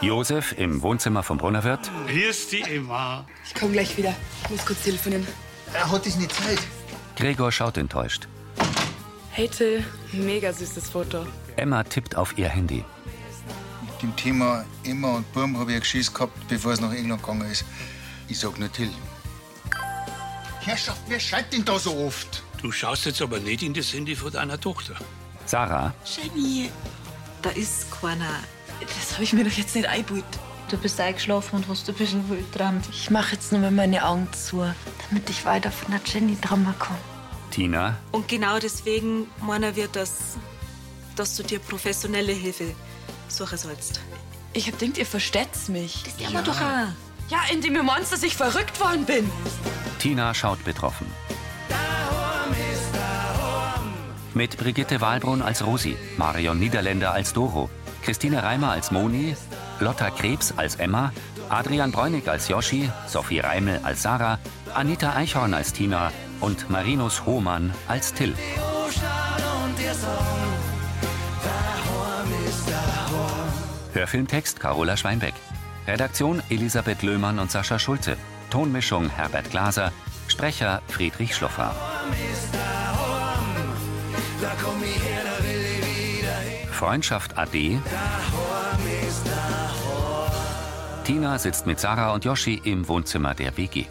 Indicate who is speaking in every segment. Speaker 1: Josef im Wohnzimmer vom Brunnerwirt.
Speaker 2: Hier ist die Emma.
Speaker 3: Ich komme gleich wieder. Ich muss kurz telefonieren.
Speaker 4: Er hat dich nicht Zeit.
Speaker 1: Gregor schaut enttäuscht.
Speaker 3: Hey Till, mega süßes Foto.
Speaker 1: Emma tippt auf ihr Handy.
Speaker 4: Mit dem Thema Emma und Burm habe ich ein Geschiss gehabt, bevor es nach England gegangen ist. Ich sag nur Till. Herrschaft, wer schreibt denn da so oft?
Speaker 2: Du schaust jetzt aber nicht in das Handy von deiner Tochter.
Speaker 1: Sarah,
Speaker 5: Jenny, da ist keiner.
Speaker 3: Das habe ich mir doch jetzt nicht eingebaut.
Speaker 5: Du bist eingeschlafen und hast ein bisschen wild geträumt,
Speaker 6: Ich mache jetzt nur mal meine Augen zu.
Speaker 5: damit ich weiter von der Jenny dran komme.
Speaker 1: Tina,
Speaker 5: Und genau deswegen meinen wir, dass, dass du dir professionelle Hilfe suchen sollst.
Speaker 6: Ich hab denkt, ihr versteht's mich.
Speaker 5: Ja, aber doch auch.
Speaker 6: Ja, indem ihr meint, dass ich verrückt worden bin.
Speaker 1: Tina schaut betroffen. Mit Brigitte Wahlbrunn als Rosi, Marion Niederländer als Doro, Christine Reimer als Moni, Lotta Krebs als Emma, Adrian Bräunig als Joschi, Sophie Reimel als Sarah, Anita Eichhorn als Tina und Marinus Hohmann als Till. Hörfilmtext Carola Schweinbeck. Redaktion Elisabeth Löhmann und Sascha Schulze. Tonmischung Herbert Glaser. Sprecher Friedrich Schloffer. Freundschaft AD. Tina sitzt mit Sarah und Yoshi im Wohnzimmer der WG.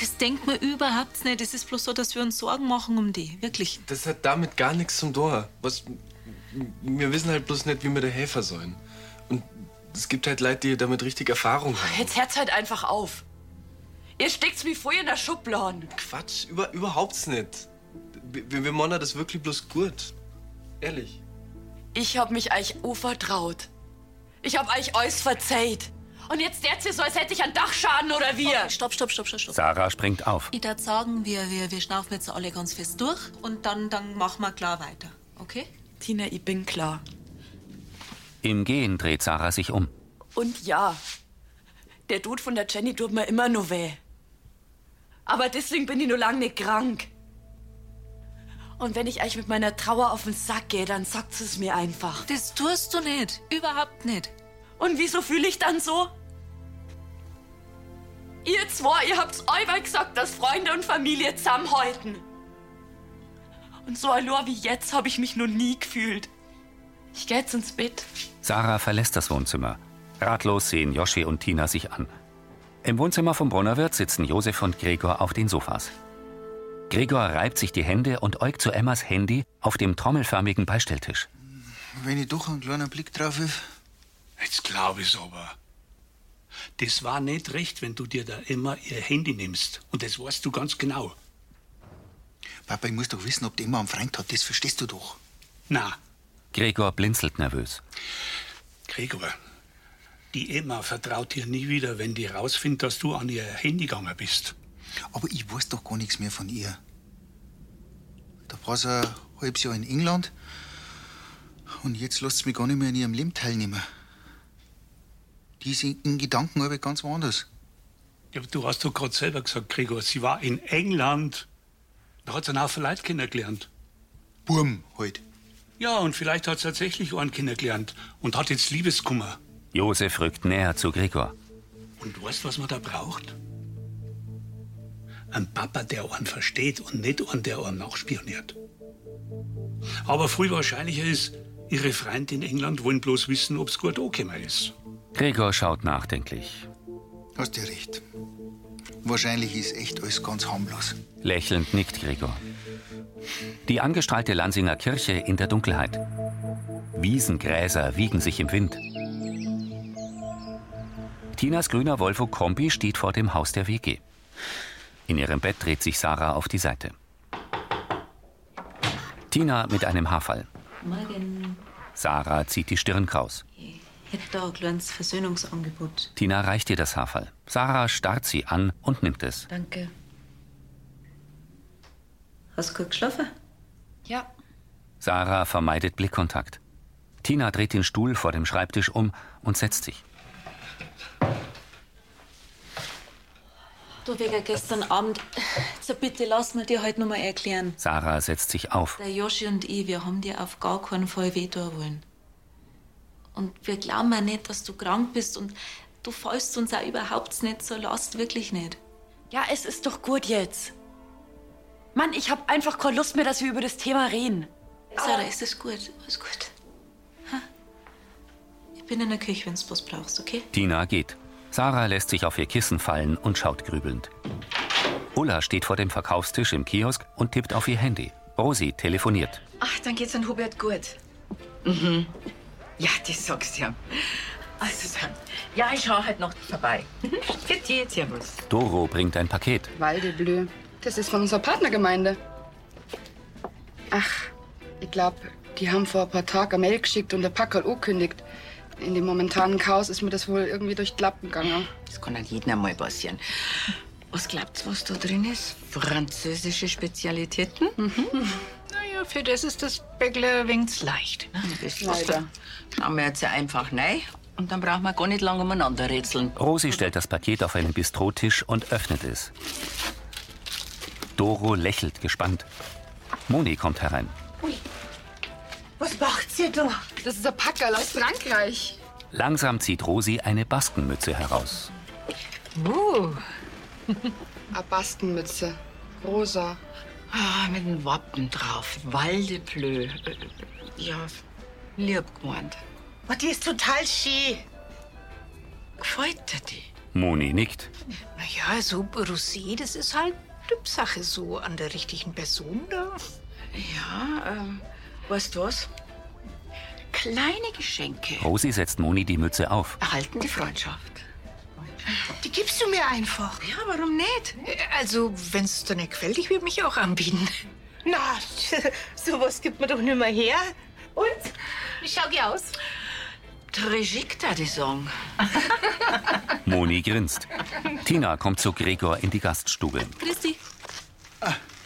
Speaker 5: Das denkt man überhaupt nicht. Es ist bloß so, dass wir uns Sorgen machen um die. Wirklich.
Speaker 7: Das hat damit gar nichts zum Tor. Was, wir wissen halt bloß nicht, wie wir da helfen sollen. Und es gibt halt Leute, die damit richtig Erfahrung haben.
Speaker 6: Jetzt hört's halt einfach auf. Ihr steckt's mir vorher in der Schublade.
Speaker 7: Quatsch, über, überhaupt nicht. Wir, wir machen das wirklich bloß gut. Ehrlich.
Speaker 6: Ich hab mich euch vertraut. Ich hab euch alles verzeiht. Und jetzt derz hier so, als hätte ich einen Dachschaden oder wir.
Speaker 5: Stopp, stopp, stopp, stopp, stopp.
Speaker 1: Sarah springt auf.
Speaker 5: Ich würde sagen, wir, wir, wir schnaufen jetzt alle ganz fest durch und dann, dann machen wir klar weiter. Okay?
Speaker 6: Tina, ich bin klar.
Speaker 1: Im Gehen dreht Sarah sich um.
Speaker 6: Und ja, der Tod von der Jenny tut mir immer nur weh. Aber deswegen bin ich nur lang nicht krank. Und wenn ich euch mit meiner Trauer auf den Sack gehe, dann sagt es mir einfach.
Speaker 5: Das tust du nicht. Überhaupt nicht.
Speaker 6: Und wieso fühle ich dann so? Ihr zwei, ihr habt's euer gesagt, dass Freunde und Familie zusammenhalten. Und so allein wie jetzt habe ich mich noch nie gefühlt. Ich geh jetzt ins Bett.
Speaker 1: Sarah verlässt das Wohnzimmer. Ratlos sehen Joschi und Tina sich an. Im Wohnzimmer vom Brunnerwirt sitzen Josef und Gregor auf den Sofas. Gregor reibt sich die Hände und äugt zu Emmas Handy auf dem trommelförmigen Beistelltisch.
Speaker 4: Wenn ich doch einen kleinen Blick drauf wirf.
Speaker 2: Jetzt glaube ich's aber. Das war nicht recht, wenn du dir da immer ihr Handy nimmst. Und das weißt du ganz genau.
Speaker 4: Papa, ich muss doch wissen, ob die Emma einen Freund hat. Das verstehst du doch.
Speaker 2: Na,
Speaker 1: Gregor blinzelt nervös.
Speaker 2: Gregor, die Emma vertraut dir nie wieder, wenn die rausfindet, dass du an ihr Handy gegangen bist.
Speaker 4: Aber ich weiß doch gar nichts mehr von ihr. Da war sie ein halbes Jahr in England. Und jetzt lässt sie mich gar nicht mehr an ihrem Leben teilnehmen. Die ist in, in Gedanken aber ganz woanders.
Speaker 2: Ja, aber du hast doch gerade selber gesagt, Gregor, sie war in England. Da hat sie einen Haufen Leute kennengelernt.
Speaker 4: Burm halt.
Speaker 2: Ja, und vielleicht hat sie tatsächlich einen kennengelernt und hat jetzt Liebeskummer.
Speaker 1: Josef rückt näher zu Gregor.
Speaker 2: Und weißt, was man da braucht? Ein Papa, der einen versteht und nicht einen, der einen nachspioniert. Aber viel wahrscheinlicher ist, ihre Freunde in England wollen bloß wissen, ob's gut angekommen ist.
Speaker 1: Gregor schaut nachdenklich.
Speaker 4: Hast ja recht. Wahrscheinlich ist echt alles ganz harmlos.
Speaker 1: Lächelnd nickt Gregor. Die angestrahlte Lansinger Kirche in der Dunkelheit. Wiesengräser wiegen sich im Wind. Tinas grüner Volvo Kombi steht vor dem Haus der WG. In ihrem Bett dreht sich Sarah auf die Seite. Tina mit einem Haarfall.
Speaker 5: Morgen.
Speaker 1: Sarah zieht die Stirn kraus.
Speaker 5: Ich hätte da ein kleines Versöhnungsangebot.
Speaker 1: Tina reicht ihr das Haarfall. Sarah starrt sie an und nimmt es.
Speaker 6: Danke.
Speaker 5: Hast du gut geschlafen?
Speaker 6: Ja,
Speaker 1: Sarah vermeidet Blickkontakt. Tina dreht den Stuhl vor dem Schreibtisch um und setzt sich.
Speaker 5: Du wegen gestern Abend. So bitte lass mir dir heute noch mal erklären.
Speaker 1: Sarah setzt sich auf.
Speaker 5: Der Joschi und ich, wir haben dir auf gar keinen Fall wehtun wollen. Und wir glauben auch nicht, dass du krank bist und du fällst uns auch überhaupt nicht zur Last, wirklich nicht.
Speaker 6: Ja, es ist doch gut jetzt. Mann, ich hab einfach keine Lust mehr, dass wir über das Thema reden.
Speaker 5: Sarah, es ist gut, alles gut. Ha? Ich bin in der Küche, wenn du was brauchst, okay?
Speaker 1: Tina geht. Sarah lässt sich auf ihr Kissen fallen und schaut grübelnd. Ulla steht vor dem Verkaufstisch im Kiosk und tippt auf ihr Handy. Rosi telefoniert.
Speaker 8: Ach, dann geht's an Hubert gut.
Speaker 9: Mhm. Ja, das sagst ja. Also dann. Ja, ich schau halt noch vorbei. Titi, servus.
Speaker 1: Doro bringt ein Paket.
Speaker 8: Waldeblö. Das ist von unserer Partnergemeinde. Ach, ich glaube, die haben vor ein paar Tagen eine Mail geschickt und der Packerl angekündigt. In dem momentanen Chaos ist mir das wohl irgendwie durch die Lappen gegangen.
Speaker 9: Das kann an jedem einmal passieren. Was glaubt's, was da drin ist? Französische Spezialitäten?
Speaker 10: Naja, für das ist das Bäckler wenigstens leicht. ne?
Speaker 9: Das
Speaker 8: Leider.
Speaker 9: Schauen wir jetzt ja einfach rein und dann brauchen wir gar nicht lange umeinander rätseln.
Speaker 1: Rosi stellt das Paket auf einen Bistrotisch und öffnet es. Doro lächelt gespannt. Moni kommt herein.
Speaker 9: Was macht's ihr da?
Speaker 8: Das ist ein Packerl aus Frankreich.
Speaker 1: Langsam zieht Rosi eine Baskenmütze heraus.
Speaker 9: Uh,
Speaker 8: Eine Bastenmütze. Rosa.
Speaker 9: ah, mit einem Wappen drauf. Waldeblö. Äh, Ja, lieb gemeint.
Speaker 10: Aber die ist total schön.
Speaker 9: Gefällt dir die?
Speaker 1: Moni nickt.
Speaker 10: Naja, so Rosé, das ist halt Typsache so an der richtigen Person da.
Speaker 9: Ja, ähm, weißt du was? Kleine Geschenke
Speaker 1: Rosi setzt Moni die Mütze auf.
Speaker 9: erhalten die Freundschaft.
Speaker 10: Die gibst du mir einfach.
Speaker 9: Ja, warum nicht?
Speaker 10: Äh, Also, wenn es dir nicht gefällt, ich würde mich auch anbieten.
Speaker 11: Na, sowas gibt man doch nimmer her. Und? Wie schau ich aus?
Speaker 9: Tragik da die Song.
Speaker 1: Moni grinst. Tina kommt zu Gregor in die Gaststube.
Speaker 5: Grüß dich.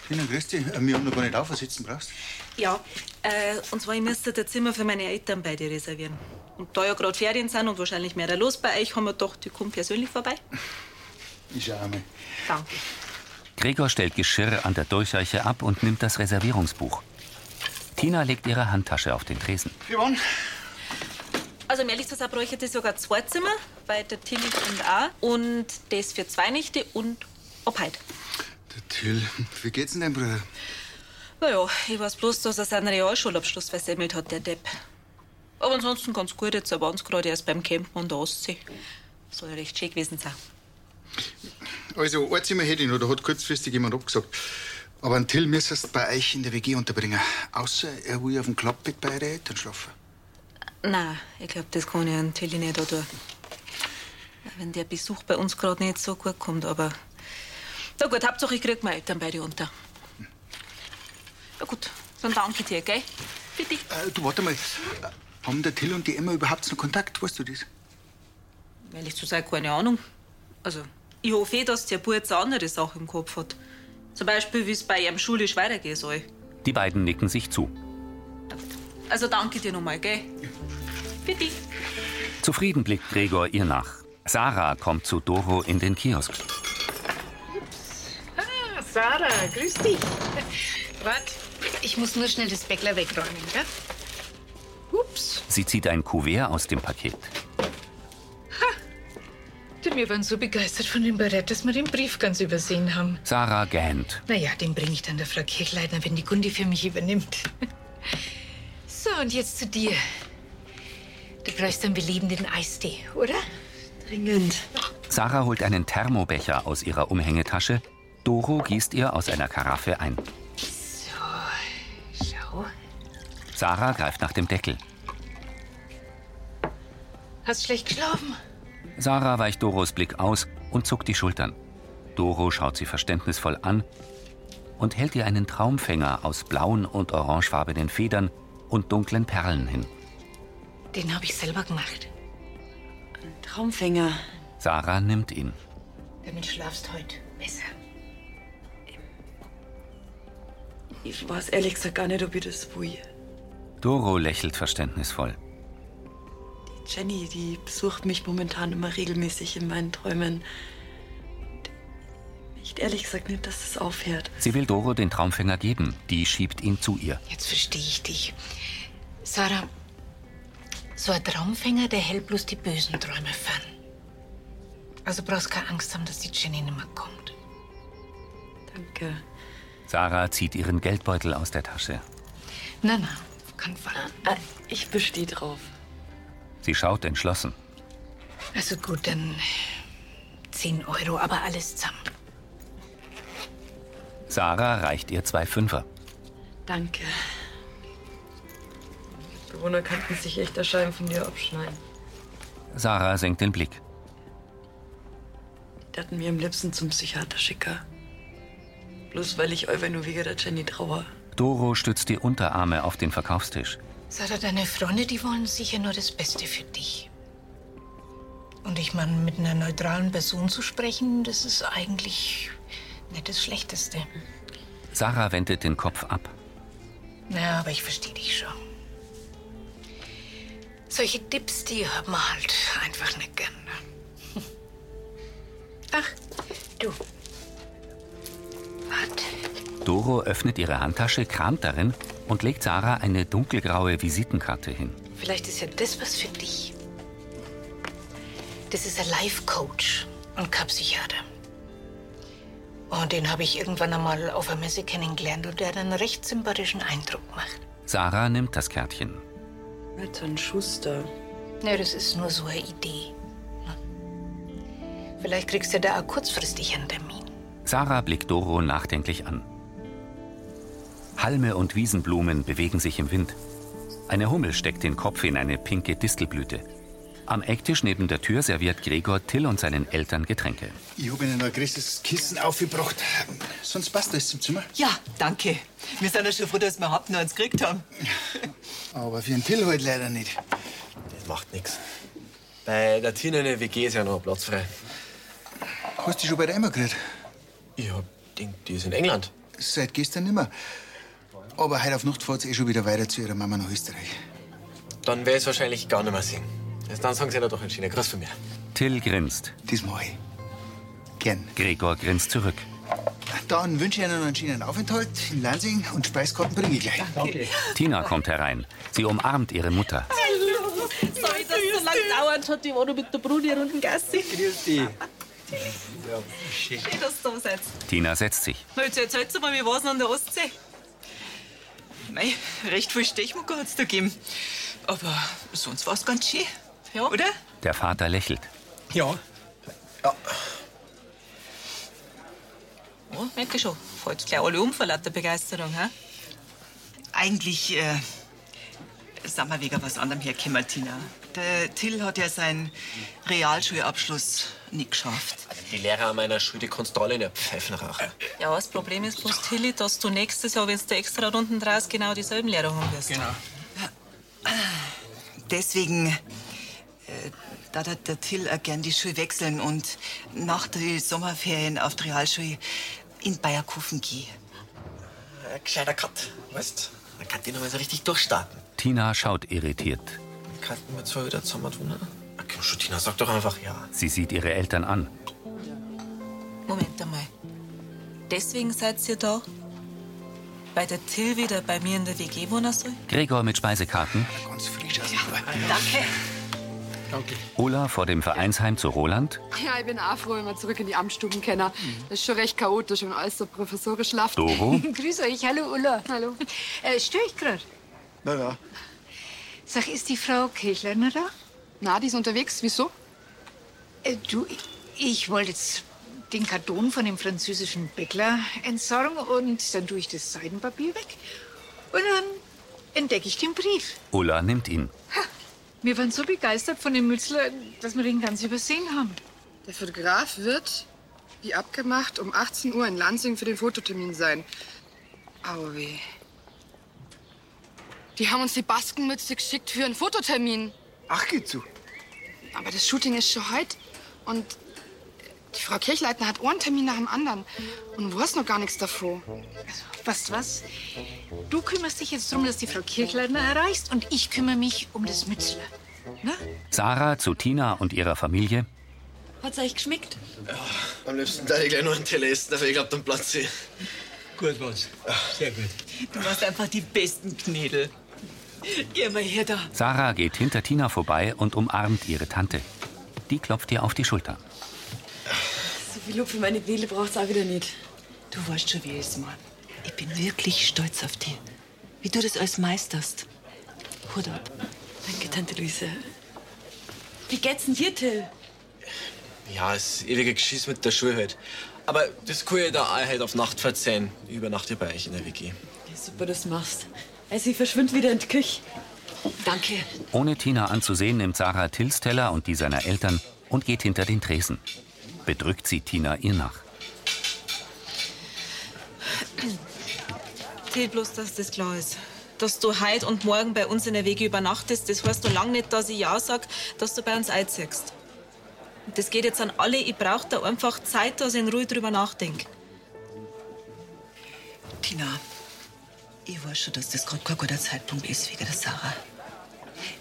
Speaker 4: Tina, grüß dich. Äh, Wir haben noch gar nicht auf, was du sitzen brauchst.
Speaker 5: Ja, äh, und zwar, ich müsste ein Zimmer für meine Eltern bei dir reservieren. Und da ja gerade Ferien sind und wahrscheinlich mehr da los bei euch, haben wir gedacht, ich komme persönlich vorbei.
Speaker 4: Ich schau einmal.
Speaker 5: Danke.
Speaker 1: Gregor stellt Geschirr an der Durchreiche ab und nimmt das Reservierungsbuch. Tina legt ihre Handtasche auf den Tresen.
Speaker 4: Yvonne,
Speaker 5: Also, um ehrlich zu sein, bräuchte ich sogar zwei Zimmer, bei der Tilly und A. Und das für zwei Nächte und ab heute.
Speaker 4: der Till, wie geht's denn deinem Bruder?
Speaker 5: Naja, ich weiß bloß, dass er seinen Realschulabschluss versemmelt hat, der Depp. Aber ansonsten ganz gut, jetzt waren uns gerade erst beim Campen an der Ostsee. Soll ja recht schön gewesen sein.
Speaker 4: Also, ein Zimmer hätte ich noch, da hat kurzfristig jemand abgesagt. Aber einen Till müsstest du bei euch in der WG unterbringen. Außer er will auf dem Klappbett bei euren Eltern schlafen.
Speaker 5: Nein, ich glaube, das kann ich an Tilly nicht auch tun. Wenn der Besuch bei uns gerade nicht so gut kommt, aber. Na gut, Hauptsache, ich krieg meine Eltern beide unter. Na gut, dann danke dir, gell? Bitte.
Speaker 4: Äh, du, warte mal. Äh, Haben der Till und die Emma überhaupt noch Kontakt? Weißt du das?
Speaker 5: Um Ehrlich zu sein, keine Ahnung. Also, ich hoffe, eh, dass der Bub jetzt eine andere Sache im Kopf hat. Zum Beispiel, wie es bei ihm schulisch weitergehen soll.
Speaker 1: Die beiden nicken sich zu.
Speaker 5: Also danke dir nochmal, gell? Bitte.
Speaker 1: Zufrieden blickt Gregor ihr nach. Sarah kommt zu Doro in den Kiosk.
Speaker 10: Ah, Sarah, grüß dich.
Speaker 11: Wart, ich muss nur schnell das Bäckler wegräumen, gell?
Speaker 10: Ups,
Speaker 1: Sie zieht ein Kuvert aus dem Paket.
Speaker 10: du, wir waren so begeistert von dem Barett, dass wir den Brief ganz übersehen haben.
Speaker 1: Sarah gähnt.
Speaker 10: Naja, den bringe ich dann der Frau Kirchleitner, wenn die Gundi für mich übernimmt. So, und jetzt zu dir. Du brauchst einen belebenden Eistee, oder?
Speaker 5: Dringend.
Speaker 1: Sarah holt einen Thermobecher aus ihrer Umhängetasche. Doro gießt ihr aus einer Karaffe ein.
Speaker 10: Schau.
Speaker 1: Sarah greift nach dem Deckel.
Speaker 10: Hast schlecht geschlafen?
Speaker 1: Sarah weicht Doros Blick aus und zuckt die Schultern. Doro schaut sie verständnisvoll an und hält ihr einen Traumfänger aus blauen und orangefarbenen Federn und dunklen Perlen hin.
Speaker 10: Den habe ich selber gemacht.
Speaker 6: Traumfänger.
Speaker 1: Sarah nimmt ihn.
Speaker 10: Damit schlafst heute besser.
Speaker 3: Ich weiß ehrlich gesagt gar nicht, ob ich das will.
Speaker 1: Doro lächelt verständnisvoll.
Speaker 6: Jenny, die besucht mich momentan immer regelmäßig in meinen Träumen. Ich ehrlich gesagt nicht, dass es aufhört.
Speaker 1: Sie will Doro den Traumfänger geben. Die schiebt ihn zu ihr.
Speaker 10: Jetzt verstehe ich dich. Sarah, So ein Traumfänger, halt der hält bloß die bösen Träume fern. Also brauchst keine Angst haben, dass die Jenny nimmer kommt.
Speaker 3: Danke.
Speaker 1: Sarah zieht ihren Geldbeutel aus der Tasche.
Speaker 10: Na, na, kein Fall.
Speaker 6: Ah, Ich bestehe drauf.
Speaker 1: Sie schaut entschlossen.
Speaker 10: Also gut, dann 10 Euro, aber alles zusammen.
Speaker 1: Sarah reicht ihr zwei Fünfer.
Speaker 12: Danke. Bewohner könnten sich echt der Scheiben von dir abschneiden.
Speaker 1: Sarah senkt den Blick.
Speaker 12: Die hatten mir am liebsten zum Psychiater schicker. Bloß weil ich euch nur wegen der Jenny trauer.
Speaker 1: Doro stützt die Unterarme auf den Verkaufstisch.
Speaker 10: Sarah, deine Freunde, die wollen sicher nur das Beste für dich. Und ich meine, mit einer neutralen Person zu sprechen, das ist eigentlich nicht das Schlechteste.
Speaker 1: Sarah wendet den Kopf ab.
Speaker 10: Na, aber ich verstehe dich schon. Solche Tipps, die hat man halt einfach nicht gern. ne? Ach, du. Warte.
Speaker 1: Doro öffnet ihre Handtasche, kramt darin und legt Sarah eine dunkelgraue Visitenkarte hin.
Speaker 10: Vielleicht ist ja das was für dich. Das ist ein Life-Coach und kein Psychiater. Und den habe ich irgendwann einmal auf einer Messe kennengelernt und der hat einen recht sympathischen Eindruck gemacht.
Speaker 1: Sarah nimmt das Kärtchen.
Speaker 12: Alter, ein Schuster.
Speaker 10: Ja, das ist nur so eine Idee. Vielleicht kriegst du da auch kurzfristig einen Termin.
Speaker 1: Sarah blickt Doro nachdenklich an. Halme und Wiesenblumen bewegen sich im Wind. Eine Hummel steckt den Kopf in eine pinke Distelblüte. Am Ecktisch neben der Tür serviert Gregor Till und seinen Eltern Getränke.
Speaker 4: Ich habe Ihnen ein großes Kissen aufgebracht. Sonst passt das zum Zimmer.
Speaker 13: Ja, danke. Wir sind ja schon froh, dass wir überhaupt noch eins gekriegt haben.
Speaker 4: Aber für den Till halt leider nicht.
Speaker 14: Das macht nichts. Bei der Tina in der WG ist ja noch ein Platz frei.
Speaker 4: Hast du schon bei der Emma geredet?
Speaker 14: Ich hab denkt, die ist in England.
Speaker 4: Seit gestern nimmer. Aber heute auf Nacht fährt eh schon wieder weiter zu ihrer Mama nach Österreich.
Speaker 14: Dann wär es wahrscheinlich gar nicht mehr sehen. Erst dann sagen sie ja doch in China. Grüß von mir.
Speaker 1: Till grinst.
Speaker 4: Diesmal. Gern.
Speaker 1: Gregor grinst zurück.
Speaker 4: Dann wünsche ich Ihnen einen schönen Aufenthalt in Lansing und Speiskarten bringe ich gleich. Danke.
Speaker 1: Tina kommt herein. Sie umarmt ihre Mutter.
Speaker 11: Hallo. Sorry, dass es so lange dauert hat. Ich war noch mit der Bruni runden Gassi.
Speaker 14: Grüß dich.
Speaker 9: Schön, dass du da seid.
Speaker 1: Tina setzt sich.
Speaker 9: Na, Jetzt erzählst du mal, wie war's denn an der Ostsee? Mei, recht viel Stechmucker hat's da gegeben. Aber sonst war's ganz schön. Ja. Oder?
Speaker 1: Der Vater lächelt.
Speaker 14: Ja.
Speaker 9: Ja, oh, merke schon. Fällt gleich alle um vor lauter Begeisterung, hä?
Speaker 13: Eigentlich äh, sind wir wegen was anderem hergekommen, Tina. Der Till hat ja seinen Realschulabschluss nicht geschafft.
Speaker 14: Also Die Lehrer an meiner Schule, die kannst du alle in der Pfeifenrache.
Speaker 9: Ja, das Problem ist bloß, Tilly, dass du nächstes Jahr, wenn du extra Runden draus genau dieselben Lehrer haben wirst. Genau.
Speaker 13: Deswegen, äh, da der, der Till auch gern die Schule wechseln und nach den Sommerferien auf die Realschule in Bayerkofen gehen.
Speaker 14: Ein Äh, gescheiter Cut, weißt Dann kann die noch mal so richtig durchstarten.
Speaker 1: Tina schaut irritiert.
Speaker 14: Kannst du mir zwar wieder zusammen tun, ne? Ach komm schon, Tina, sag doch einfach ja.
Speaker 1: Sie sieht ihre Eltern an.
Speaker 9: Moment einmal. Deswegen seid ihr da? Weil der Till wieder bei mir in der WG wohnen soll?
Speaker 1: Gregor mit Speisekarten.
Speaker 8: Danke.
Speaker 1: Ola vor dem Vereinsheim zu Roland.
Speaker 8: Ja, ich bin auch froh, wenn wir zurück in die Amtsstuben können. Das ist schon recht chaotisch, wenn alles so professorisch läuft.
Speaker 1: Doro?
Speaker 15: Grüß euch, hallo Ulla.
Speaker 8: Hallo.
Speaker 15: Äh, störe ich gerade?
Speaker 4: Na ja.
Speaker 15: Sag, ist die Frau Kirchler noch da?
Speaker 8: Na, die ist unterwegs. Wieso?
Speaker 15: Äh, du, ich- ich wollte jetzt den Karton von dem französischen Bäckler entsorgen und dann tue ich das Seidenpapier weg. Und dann entdecke ich den Brief.
Speaker 1: Ulla nimmt ihn.
Speaker 15: Wir waren so begeistert von dem Mützler, dass wir den ganz übersehen haben.
Speaker 8: Der Fotograf wird, wie abgemacht, um 18 Uhr in Lansing für den Fototermin sein. Au weh. Die haben uns die Baskenmütze geschickt für einen Fototermin.
Speaker 4: Ach, geht zu.
Speaker 8: Aber das Shooting ist schon heute. Und die Frau Kirchleitner hat einen Termin nach dem anderen. Und du hast noch gar nichts davor.
Speaker 15: Was, was? Du kümmerst dich jetzt darum, dass die Frau Kirchleitner erreichst und ich kümmere mich um das Mützler.
Speaker 1: Sarah zu Tina und ihrer Familie.
Speaker 12: Hat's euch geschmeckt?
Speaker 14: Am liebsten da ich gleich noch einen Teller essen, aber ich glaub, dann platzt sie.
Speaker 13: Gut was. Sehr gut. Du machst einfach die besten Knädel.
Speaker 12: Geh mal her da.
Speaker 1: Sarah geht hinter Tina vorbei und umarmt ihre Tante. Die klopft ihr auf die Schulter.
Speaker 6: So viel Lob für meine Seele braucht's auch wieder nicht.
Speaker 16: Du weißt schon, wie ich es meine. Ich bin wirklich stolz auf dich. Wie du das alles meisterst. Hut ab.
Speaker 6: Danke, Tante Luise. Wie geht's denn dir, Till?
Speaker 14: Ja, das ewige Geschiss mit der Schule halt. Aber das kann ich da auch halt auf Nacht verzeihen. Ich übernachte bei euch in der WG.
Speaker 6: Ja, super, dass du machst. Also, ich verschwind wieder in die Küche. Danke.
Speaker 1: Ohne Tina anzusehen, nimmt Sarah Tills Teller und die seiner Eltern und geht hinter den Tresen. Bedrückt sie Tina ihr nach.
Speaker 5: Till, bloß, dass das klar ist. Dass du heute und morgen bei uns in der Wege übernachtest, das heißt noch lange nicht, dass ich ja sag, dass du bei uns einziehst. Und Das geht jetzt an alle. Ich brauche da einfach Zeit, dass ich in Ruhe drüber nachdenke.
Speaker 16: Tina, ich weiß schon, dass das gerade kein guter Zeitpunkt ist wegen der Sarah.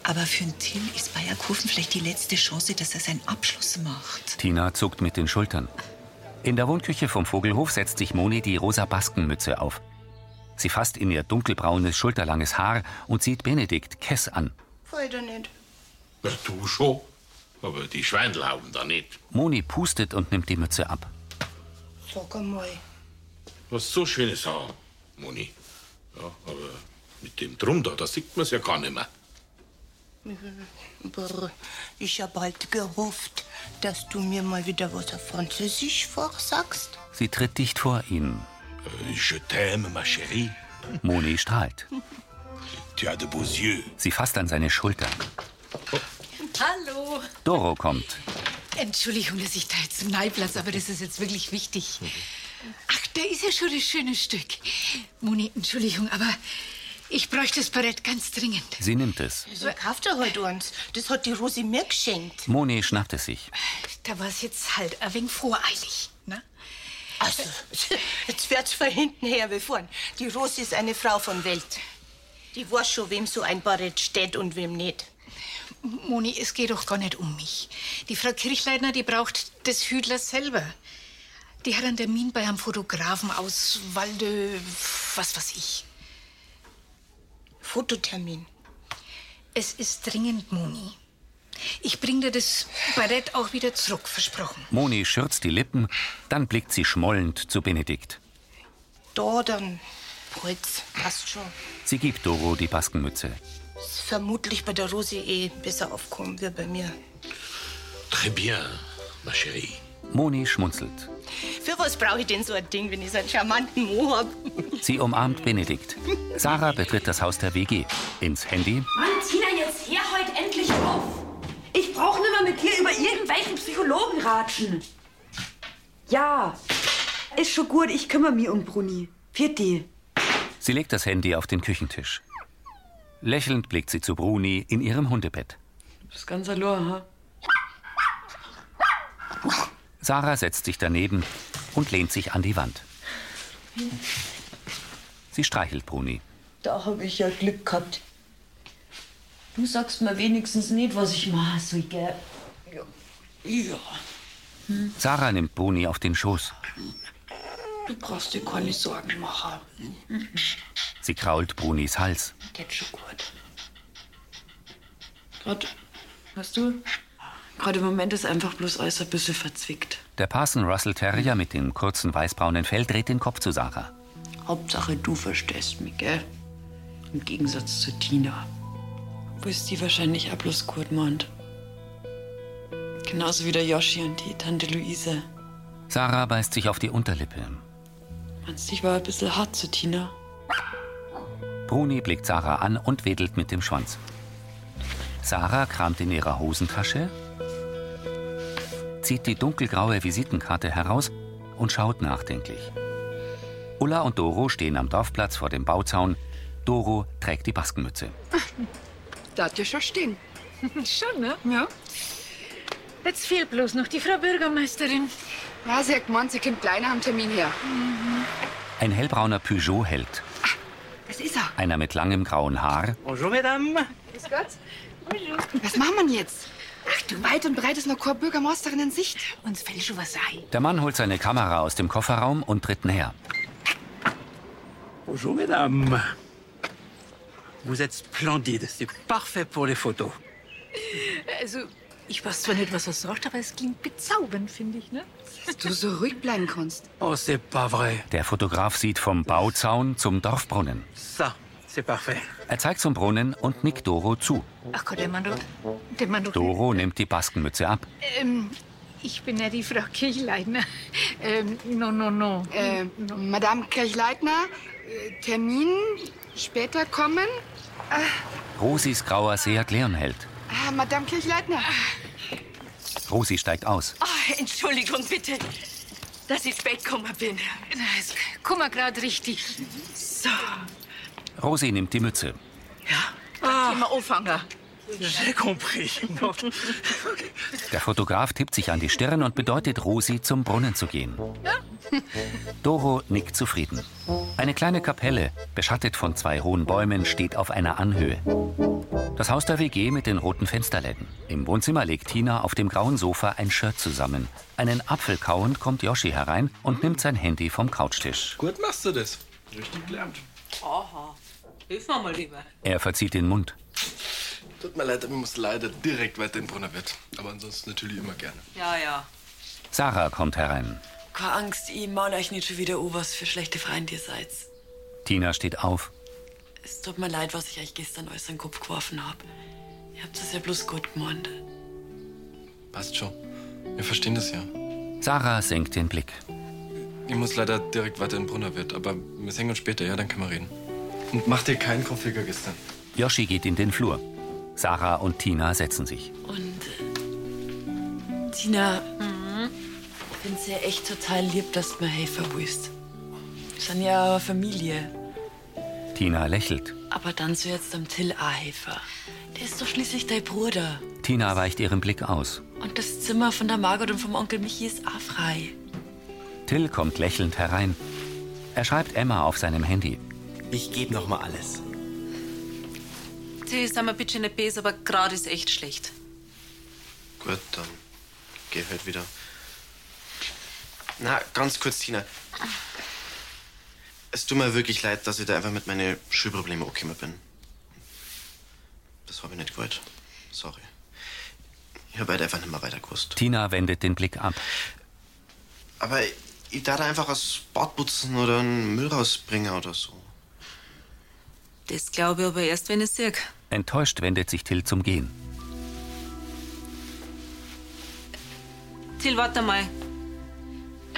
Speaker 16: Aber für den Till ist Bayerkofen vielleicht die letzte Chance, dass er seinen Abschluss macht.
Speaker 1: Tina zuckt mit den Schultern. In der Wohnküche vom Vogelhof setzt sich Moni die rosa Baskenmütze auf. Sie fasst in ihr dunkelbraunes, schulterlanges Haar und sieht Benedikt Kess an.
Speaker 11: Voll da nicht.
Speaker 17: Na, du schon. Aber die Schweindel haben da nicht.
Speaker 1: Moni pustet und nimmt die Mütze ab.
Speaker 11: Sag einmal.
Speaker 17: Was so schönes Haar, Moni. Ja, aber mit dem Drum da, da sieht man's ja gar nicht mehr.
Speaker 11: Brr, Ich hab halt gehofft, dass du mir mal wieder was auf Französisch vorsagst.
Speaker 1: Sie tritt dicht vor ihn.
Speaker 17: Je t'aime, ma chérie.
Speaker 1: Moni strahlt.
Speaker 17: Tu as de beaux yeux.
Speaker 1: Sie fasst an seine Schulter.
Speaker 10: Hallo.
Speaker 1: Doro kommt.
Speaker 10: Entschuldigung, dass ich da jetzt im Neiplatz, aber das ist jetzt wirklich wichtig. Ach, da ist ja schon das schöne Stück. Moni, Entschuldigung, aber ich bräuchte das Barett ganz dringend.
Speaker 1: Sie nimmt es.
Speaker 11: So kauft er heute uns. Das hat die Rosi mir geschenkt.
Speaker 1: Moni schnappt es sich.
Speaker 10: Da war es jetzt halt ein wenig voreilig, ne?
Speaker 11: Also, jetzt wird's von hinten her wie vorn. Die Rosi ist eine Frau von Welt. Die weiß schon, wem so ein Barett steht und wem nicht.
Speaker 10: Moni, es geht doch gar nicht um mich. Die Frau Kirchleitner, die braucht das Hüdler selber. Die hat einen Termin bei einem Fotografen aus Walde, was weiß ich.
Speaker 11: Fototermin?
Speaker 10: Es ist dringend, Moni. Ich bring dir das Barett auch wieder zurück, versprochen.
Speaker 1: Moni schürzt die Lippen, dann blickt sie schmollend zu Benedikt.
Speaker 11: Da dann. Holz, passt schon.
Speaker 1: Sie gibt Doro die Baskenmütze.
Speaker 11: Ist vermutlich bei der Rosi eh besser aufkommen wie bei mir.
Speaker 17: Très bien, ma chérie.
Speaker 1: Moni schmunzelt.
Speaker 11: Für was brauche ich denn so ein Ding, wenn ich so einen charmanten Mo hab?
Speaker 1: Sie umarmt Benedikt. Sarah betritt das Haus der WG. Ins Handy.
Speaker 18: Mann, Tina, jetzt her heute endlich auf! Ich brauch nimmer mit dir über irgendwelchen Psychologen ratschen. Ja, ist schon gut, ich kümmere mich um Bruni. Vierte.
Speaker 1: Sie legt das Handy auf den Küchentisch. Lächelnd blickt sie zu Bruni in ihrem Hundebett.
Speaker 6: Du bist ganz allein, ha?
Speaker 1: Sarah setzt sich daneben und lehnt sich an die Wand. Sie streichelt Bruni.
Speaker 12: Da habe ich ja Glück gehabt. Du sagst mir wenigstens nicht, was ich machen soll, gell? Ja. ja.
Speaker 1: Sarah nimmt Bruni auf den Schoß.
Speaker 12: Du brauchst dir keine Sorgen machen.
Speaker 1: Sie krault Brunis Hals.
Speaker 12: Geht schon gut.
Speaker 6: Gerade, weißt du, gerade im Moment ist einfach bloß alles ein bisschen verzwickt.
Speaker 1: Der Parson Russell Terrier mit dem kurzen weißbraunen Fell dreht den Kopf zu Sarah.
Speaker 12: Hauptsache, du verstehst mich, gell? Im Gegensatz zu Tina.
Speaker 6: Wo ist die wahrscheinlich auch bloß gut meint. Genauso wie der Yoshi und die Tante Luise.
Speaker 1: Sarah beißt sich auf die Unterlippe.
Speaker 6: Meinst du, ich war ein bisschen hart zu Tina?
Speaker 1: Bruni blickt Sarah an und wedelt mit dem Schwanz. Sarah kramt in ihrer Hosentasche, zieht die dunkelgraue Visitenkarte heraus und schaut nachdenklich. Ulla und Doro stehen am Dorfplatz vor dem Bauzaun. Doro trägt die Baskenmütze.
Speaker 8: Da hat ja schon stehen.
Speaker 15: Schon, ne? Ja.
Speaker 8: Jetzt fehlt bloß noch die Frau Bürgermeisterin. Ja, sie hat gemeint, sie kommt kleiner am Termin her.
Speaker 1: Ein hellbrauner Peugeot hält.
Speaker 8: Das ist er.
Speaker 1: Einer mit langem grauen Haar.
Speaker 8: Bonjour, Mesdames. Grüß Gott. Bonjour. Was machen wir denn jetzt? Ach, du weit und breit ist noch keine Bürgermeisterin in Sicht. Uns fällt schon was ein.
Speaker 1: Der Mann holt seine Kamera aus dem Kofferraum und tritt näher.
Speaker 19: Bonjour, Mesdames. Vous êtes splendide. C'est parfait pour les photos.
Speaker 15: Also, ich weiß zwar nicht, was er sagt, aber es klingt bezaubernd, finde ich, ne?
Speaker 8: Dass du so ruhig bleiben kannst.
Speaker 19: Oh, c'est pas vrai.
Speaker 1: Der Fotograf sieht vom Bauzaun zum Dorfbrunnen.
Speaker 19: Ça, c'est parfait.
Speaker 1: Er zeigt zum Brunnen und nickt Doro zu.
Speaker 15: Ach Gott, der Mann doch. Der Mann doch.
Speaker 1: Doro nimmt die Baskenmütze ab.
Speaker 15: Ähm, ich bin ja die Frau Kirchleitner. Ähm, no, no, no.
Speaker 8: Äh, Madame Kirchleitner, äh, Termin, später kommen.
Speaker 1: Rosis grauer Seat Leon hält.
Speaker 8: Ah, Madame Kirchleitner.
Speaker 1: Rosi steigt aus.
Speaker 6: Ah, Entschuldigung bitte, dass ich spät gekommen bin.
Speaker 15: Guck mal gerade richtig.
Speaker 6: So.
Speaker 1: Rosi nimmt die Mütze.
Speaker 15: Ah. Thema Aufhanger.
Speaker 19: J'ai compris.
Speaker 1: Der Fotograf tippt sich an die Stirn und bedeutet Rosi, zum Brunnen zu gehen. Doro nickt zufrieden. Eine kleine Kapelle, beschattet von zwei hohen Bäumen, steht auf einer Anhöhe. Das Haus der WG mit den roten Fensterläden. Im Wohnzimmer legt Tina auf dem grauen Sofa ein Shirt zusammen. Einen Apfel kauend kommt Yoshi herein und nimmt sein Handy vom Couchtisch.
Speaker 7: Gut machst du das. Richtig gelernt.
Speaker 16: Aha. Hilf mir mal lieber.
Speaker 1: Er verzieht den Mund.
Speaker 7: Tut mir leid, aber ich muss leider direkt weiter in Brunnerwirt. Aber ansonsten natürlich immer gerne.
Speaker 6: Ja, ja.
Speaker 1: Sarah kommt herein.
Speaker 6: Keine Angst, ich maul euch nicht schon wieder an, was für schlechte Freunde ihr seid.
Speaker 1: Tina steht auf.
Speaker 6: Es tut mir leid, was ich euch gestern alles in den Kopf geworfen habe. Ihr habt es ja bloß gut gemeint.
Speaker 7: Passt schon. Wir verstehen das ja.
Speaker 1: Sarah senkt den Blick.
Speaker 7: Ich muss leider direkt weiter in Brunnerwirt, aber wir sehen uns später, ja? Dann können wir reden. Und mach dir keinen Kopf wegen gestern.
Speaker 1: Yoshi geht in den Flur. Sarah und Tina setzen sich.
Speaker 6: Und äh, Tina, ich find's ja echt total lieb, dass du mir helfen willst. Wir sind ja eine Familie.
Speaker 1: Tina lächelt.
Speaker 6: Aber dann so jetzt am Till auch helfen. Der ist doch schließlich dein Bruder.
Speaker 1: Tina weicht ihren Blick aus.
Speaker 6: Und das Zimmer von der Margot und vom Onkel Michi ist auch frei.
Speaker 1: Till kommt lächelnd herein. Er schreibt Emma auf seinem Handy.
Speaker 20: Ich gebe noch mal alles.
Speaker 5: Die sind wir bitte nicht bes, aber gerade ist echt schlecht.
Speaker 14: Gut, dann geh halt wieder. Na, ganz kurz, Tina. Es tut mir wirklich leid, dass ich da einfach mit meinen Schulproblemen angekommen bin. Das habe ich nicht gewollt. Sorry. Ich habe halt einfach nicht mehr weiter gewusst.
Speaker 1: Tina wendet den Blick ab.
Speaker 14: Aber ich, ich darf einfach das Bad putzen oder einen Müll rausbringen oder so.
Speaker 5: Das glaube ich aber erst, wenn ich sehe.
Speaker 1: Enttäuscht wendet sich Till zum Gehen.
Speaker 5: Till, warte mal.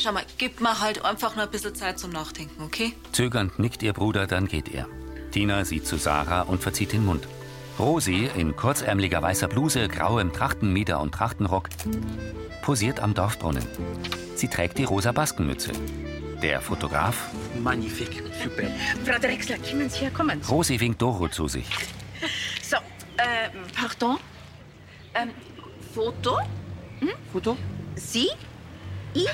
Speaker 5: Schau mal, gib mir halt einfach noch ein bisschen Zeit zum Nachdenken, okay?
Speaker 1: Zögernd nickt ihr Bruder, dann geht er. Tina sieht zu Sarah und verzieht den Mund. Rosi, in kurzärmeliger weißer Bluse, grauem Trachtenmieder und Trachtenrock, posiert am Dorfbrunnen. Sie trägt die rosa Baskenmütze. Der Fotograf,
Speaker 19: Magnifique. Super.
Speaker 15: Frau Drechsler, kommen Sie her, kommen Sie.
Speaker 1: Rosi winkt Doro zu sich.
Speaker 12: So, äh, pardon. Ähm, Foto? Hm?
Speaker 19: Foto?
Speaker 12: Sie? Ich?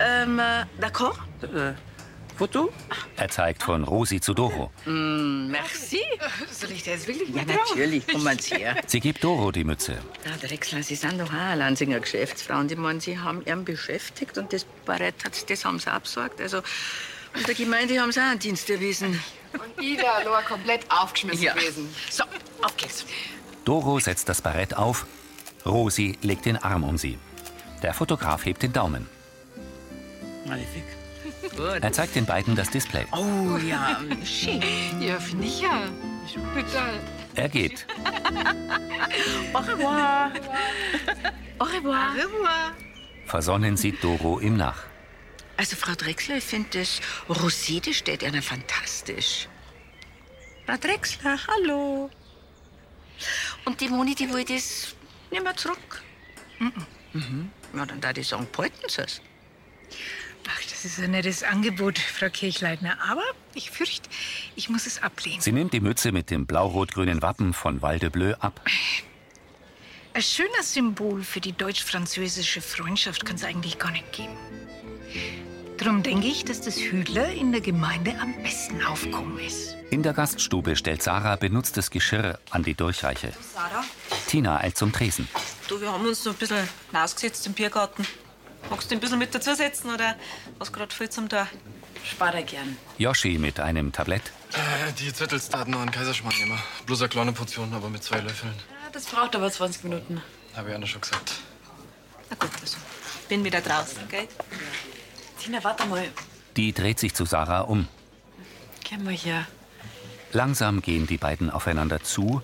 Speaker 12: Ähm, äh, d'accord?
Speaker 19: Äh, Foto?
Speaker 1: Er zeigt von Rosi zu Doro.
Speaker 12: Mm, merci.
Speaker 15: Soll ich dir jetzt wirklich
Speaker 12: Ja,
Speaker 15: vertrauen?
Speaker 12: natürlich, kommen Sie her.
Speaker 1: Sie gibt Doro die Mütze.
Speaker 12: Ja, Drechsler, Ah, Sie sind doch auch eine Lansinger Geschäftsfrau. Und ich meine, Sie haben ihn beschäftigt und das Barett hat, das haben Sie abgesorgt. Also, und der Gemeinde haben Sie auch einen Dienst erwiesen.
Speaker 8: Und Ida Loa komplett aufgeschmissen gewesen.
Speaker 12: So, auf geht's.
Speaker 1: Doro setzt das Barett auf. Rosi legt den Arm um sie. Der Fotograf hebt den Daumen.
Speaker 19: Magnifique.
Speaker 1: Er zeigt den beiden das Display.
Speaker 12: Oh ja, schön.
Speaker 15: Ja, finde ich ja. Total.
Speaker 1: Er geht.
Speaker 15: Au revoir. Au revoir. Au revoir.
Speaker 1: Versonnen sieht Doro ihm nach.
Speaker 12: Also, Frau Drechsler, ich finde das Rosé, das steht Ihnen fantastisch. Frau Drechsler, hallo. Und die Moni, die will das nicht mehr zurück. Mhm. Mhm. Ja, dann da die sagen, behalten Sie es.
Speaker 15: Ach, das ist ein nettes Angebot, Frau Kirchleitner. Aber ich fürchte, ich muss es ablehnen.
Speaker 1: Sie nimmt die Mütze mit dem blau-rot-grünen Wappen von Val de Bleu ab.
Speaker 15: Ein schönes Symbol für die deutsch-französische Freundschaft kann es eigentlich gar nicht geben. Drum denke ich, dass das Hüdler in der Gemeinde am besten aufgekommen ist.
Speaker 1: In der Gaststube stellt Sarah benutztes Geschirr an die Durchreiche.
Speaker 5: Sarah,
Speaker 1: Tina eilt zum Tresen.
Speaker 5: du, wir haben uns noch ein bisschen ausgesetzt im Biergarten. Magst du ein bisschen mit dazusetzen oder was gerade viel zum da?
Speaker 6: Spar dir gern.
Speaker 1: Yoshi mit einem Tablett.
Speaker 7: Äh, die Zettels taten noch einen Kaiserschmarrn immer. Bloß eine kleine Portion, aber mit zwei Löffeln.
Speaker 3: Ja, Das braucht aber 20 Minuten.
Speaker 7: Habe ich Anna schon gesagt.
Speaker 5: also, Bin wieder draußen, gell?
Speaker 6: Tina, warte mal.
Speaker 1: Die dreht sich zu Sarah um.
Speaker 3: Geh mal her.
Speaker 1: Langsam gehen die beiden aufeinander zu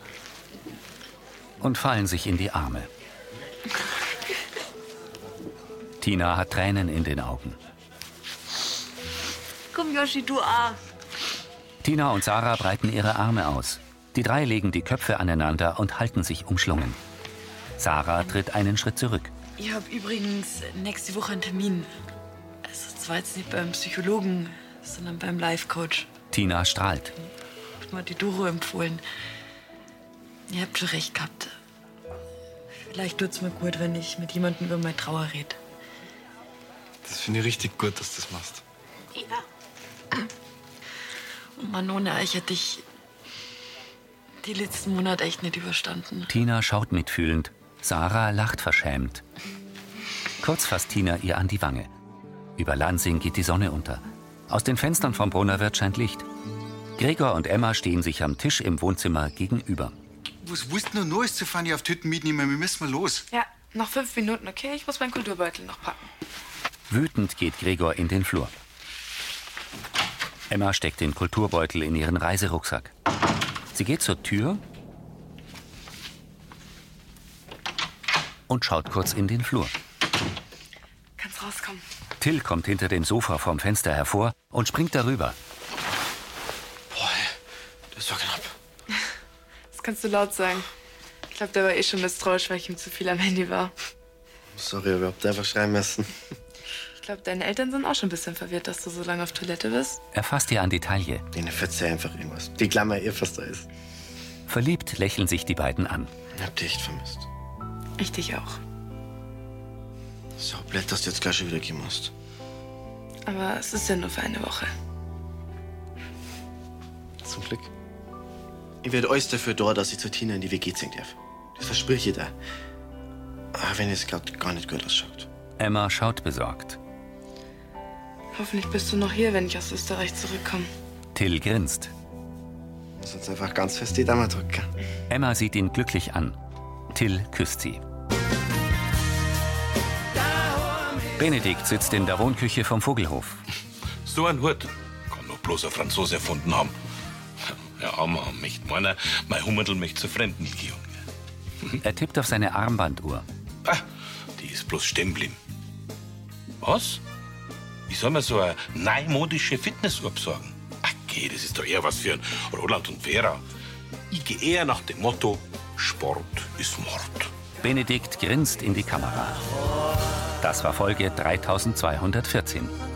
Speaker 1: und fallen sich in die Arme. Tina hat Tränen in den Augen.
Speaker 6: Komm, Yoshi, du auch.
Speaker 1: Tina und Sarah breiten ihre Arme aus. Die drei legen die Köpfe aneinander und halten sich umschlungen. Sarah tritt einen Schritt zurück.
Speaker 6: Ich habe übrigens nächste Woche einen Termin. Also zwar jetzt nicht beim Psychologen, sondern beim Life-Coach.
Speaker 1: Tina strahlt.
Speaker 6: Hat mir die Doro empfohlen. Ihr habt schon recht gehabt. Vielleicht tut's mir gut, wenn ich mit jemandem über meine Trauer rede.
Speaker 7: Das finde ich richtig gut, dass du das machst.
Speaker 6: Ja. Und Manone, ich hätte dich die letzten Monate echt nicht überstanden.
Speaker 1: Tina schaut mitfühlend. Sarah lacht verschämt. Kurz fasst Tina ihr an die Wange. Über Lansing geht die Sonne unter. Aus den Fenstern vom Brunnerwirt scheint Licht. Gregor und Emma stehen sich am Tisch im Wohnzimmer gegenüber.
Speaker 4: Was wussten nur noch, ist zu fahren, auf Tüten mitnehmen, wir müssen mal los.
Speaker 3: Ja, noch fünf Minuten, okay? Ich muss meinen Kulturbeutel noch packen.
Speaker 1: Wütend geht Gregor in den Flur. Emma steckt den Kulturbeutel in ihren Reiserucksack. Sie geht zur Tür und schaut kurz in den Flur.
Speaker 3: Kannst rauskommen.
Speaker 1: Till kommt hinter dem Sofa vom Fenster hervor und springt darüber.
Speaker 14: Das war knapp.
Speaker 3: Das kannst du laut sagen. Ich glaube, der war eh schon misstrauisch, weil ich ihm zu viel am Handy war.
Speaker 21: Sorry, aber ich hab einfach schreien müssen.
Speaker 3: Ich glaube, deine Eltern sind auch schon ein bisschen verwirrt, dass du so lange auf Toilette bist.
Speaker 1: Er fasst ihr an die Taille.
Speaker 21: Denen verzeih einfach irgendwas. Die Klammer, ihr fast da ist.
Speaker 1: Verliebt lächeln sich die beiden an.
Speaker 21: Ich hab dich echt vermisst.
Speaker 3: Ich dich auch.
Speaker 21: So blöd, dass du jetzt gleich schon wieder gehen musst.
Speaker 3: Aber es ist ja nur für eine Woche.
Speaker 21: Zum Glück. Ich werde alles dafür da, dass ich zu Tina in die WG ziehen darf. Das verspreche ich dir. Auch wenn es gerade gar nicht gut ausschaut.
Speaker 1: Emma schaut besorgt.
Speaker 3: Hoffentlich bist du noch hier, wenn ich aus Österreich zurückkomme.
Speaker 1: Till grinst.
Speaker 21: Muss jetzt einfach ganz fest die Dame drücken.
Speaker 1: Emma sieht ihn glücklich an. Till küsst sie. Benedikt sitzt in der Wohnküche vom Vogelhof.
Speaker 17: So ein Hut kann doch bloß ein Franzose erfunden haben. Ja, armer, möchte meiner, mein Hummerl möchte zur Fremden gehen.
Speaker 1: Er tippt auf seine Armbanduhr.
Speaker 17: Ah, Die ist bloß stehen geblieben. Was? Ich soll mir so eine neumodische Fitnessuhr besorgen. Ach, geh, das ist doch eher was für ein Roland und Vera. Ich gehe eher nach dem Motto: Sport ist Mord.
Speaker 1: Benedikt grinst in die Kamera. Das war Folge 3214.